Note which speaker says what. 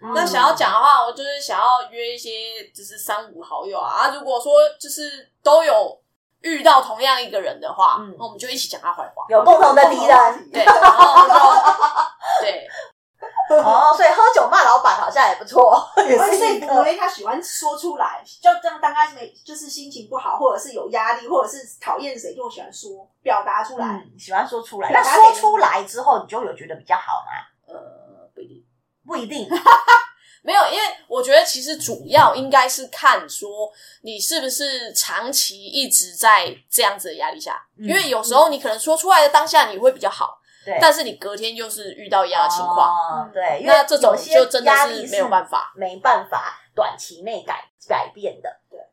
Speaker 1: 嗯
Speaker 2: 那想要讲的话，我就是想要约一些就是三五好友啊。啊如果说就是都有遇到同样一个人的话，
Speaker 1: 嗯
Speaker 2: 那我们就一起讲他坏话。
Speaker 3: 有共同的敌人。
Speaker 2: 对，然后就对
Speaker 3: 哦， 所以喝酒骂老板好像也不错，也
Speaker 1: 而
Speaker 3: 是一
Speaker 1: 且国
Speaker 3: 个。
Speaker 1: 内他喜欢说出来，就这样大概没就是心情不好，或者是有压力，或者是讨厌谁，就喜欢说表达出来。
Speaker 3: 嗯，喜欢说出来，
Speaker 1: 表
Speaker 3: 那
Speaker 1: 达
Speaker 3: 说
Speaker 1: 给
Speaker 3: 出来之后，你就有觉得比较好吗？
Speaker 2: 呃不一定。
Speaker 3: 不一 定，
Speaker 2: 没有，因为我觉得其实主要应该是看说你是不是长期一直在这样子的压力下，
Speaker 3: 嗯
Speaker 2: 因为有时候你可能说出来的当下你会比较好，
Speaker 3: 对，
Speaker 2: 但是你隔天又是遇到一样的情况，
Speaker 3: 哦对，因为
Speaker 2: 那这种
Speaker 3: 有些
Speaker 2: 就真的
Speaker 3: 压力
Speaker 2: 是没有办法。
Speaker 3: 没办法短期内改改变的。